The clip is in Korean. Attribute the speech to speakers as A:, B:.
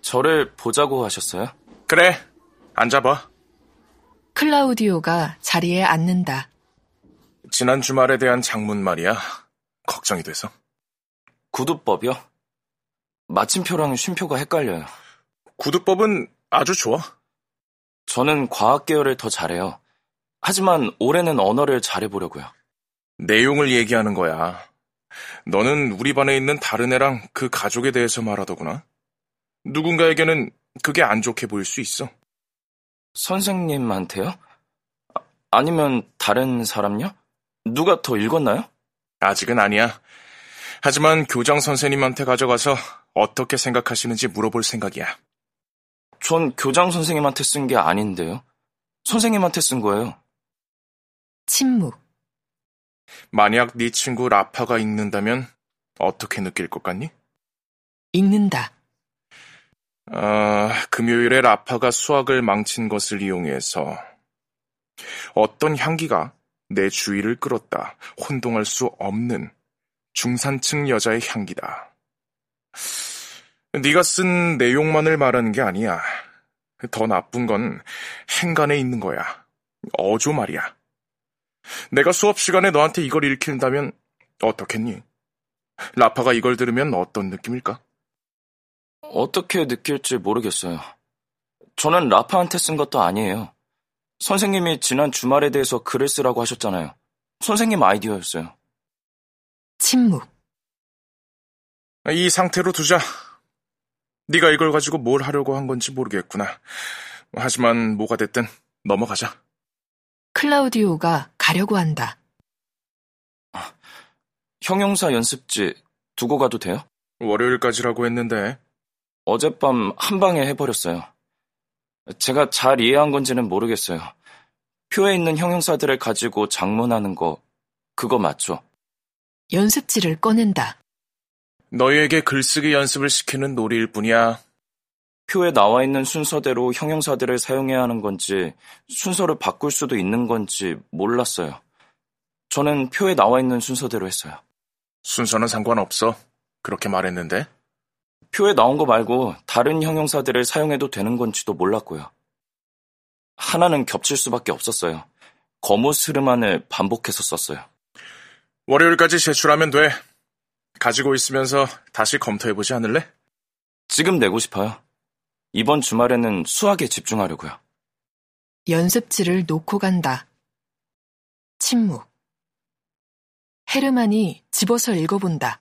A: 저를 보자고 하셨어요?
B: 그래, 앉아봐.
C: 클라우디오가 자리에 앉는다.
B: 지난 주말에 대한 장문 말이야. 걱정이 돼서.
A: 구두법이요? 마침표랑 쉼표가 헷갈려요.
B: 구두법은 아주 좋아.
A: 저는 과학 계열을 더 잘해요. 하지만 올해는 언어를 잘해보려고요.
B: 내용을 얘기하는 거야. 너는 우리 반에 있는 다른 애랑 그 가족에 대해서 말하더구나. 누군가에게는 그게 안 좋게 보일 수 있어.
A: 선생님한테요? 아, 아니면 다른 사람요? 누가 더 읽었나요?
B: 아직은 아니야. 하지만 교장 선생님한테 가져가서 어떻게 생각하시는지 물어볼 생각이야.
A: 전 교장 선생님한테 쓴 게 아닌데요. 선생님한테 쓴 거예요.
C: 침묵.
B: 만약 네 친구 라파가 읽는다면 어떻게 느낄 것 같니?
C: 읽는다.
B: 아, 금요일에 라파가 수학을 망친 것을 이용해서 어떤 향기가 내 주위를 끌었다. 혼동할 수 없는 중산층 여자의 향기다. 네가 쓴 내용만을 말하는 게 아니야. 더 나쁜 건 행간에 있는 거야. 어조 말이야. 내가 수업 시간에 너한테 이걸 읽힌다면 어떻겠니? 라파가 이걸 들으면 어떤 느낌일까?
A: 어떻게 느낄지 모르겠어요. 저는 라파한테 쓴 것도 아니에요. 선생님이 지난 주말에 대해서 글을 쓰라고 하셨잖아요. 선생님 아이디어였어요.
C: 침묵.
B: 이 상태로 두자. 네가 이걸 가지고 뭘 하려고 한 건지 모르겠구나. 하지만 뭐가 됐든 넘어가자.
C: 클라우디오가 가려고 한다.
A: 형용사 연습지 두고 가도 돼요?
B: 월요일까지라고 했는데
A: 어젯밤 한 방에 해버렸어요. 제가 잘 이해한 건지는 모르겠어요. 표에 있는 형용사들을 가지고 장문하는 거, 그거 맞죠?
C: 연습지를 꺼낸다.
B: 너희에게 글쓰기 연습을 시키는 놀이일 뿐이야.
A: 표에 나와 있는 순서대로 형용사들을 사용해야 하는 건지, 순서를 바꿀 수도 있는 건지 몰랐어요. 저는 표에 나와 있는 순서대로 했어요.
B: 순서는 상관없어. 그렇게 말했는데
A: 표에 나온 거 말고 다른 형용사들을 사용해도 되는 건지도 몰랐고요. 하나는 겹칠 수밖에 없었어요. 거무스름한을 반복해서 썼어요.
B: 월요일까지 제출하면 돼. 가지고 있으면서 다시 검토해보지 않을래?
A: 지금 내고 싶어요. 이번 주말에는 수학에 집중하려고요.
C: 연습지를 놓고 간다. 침묵. 헤르만이 집어서 읽어본다.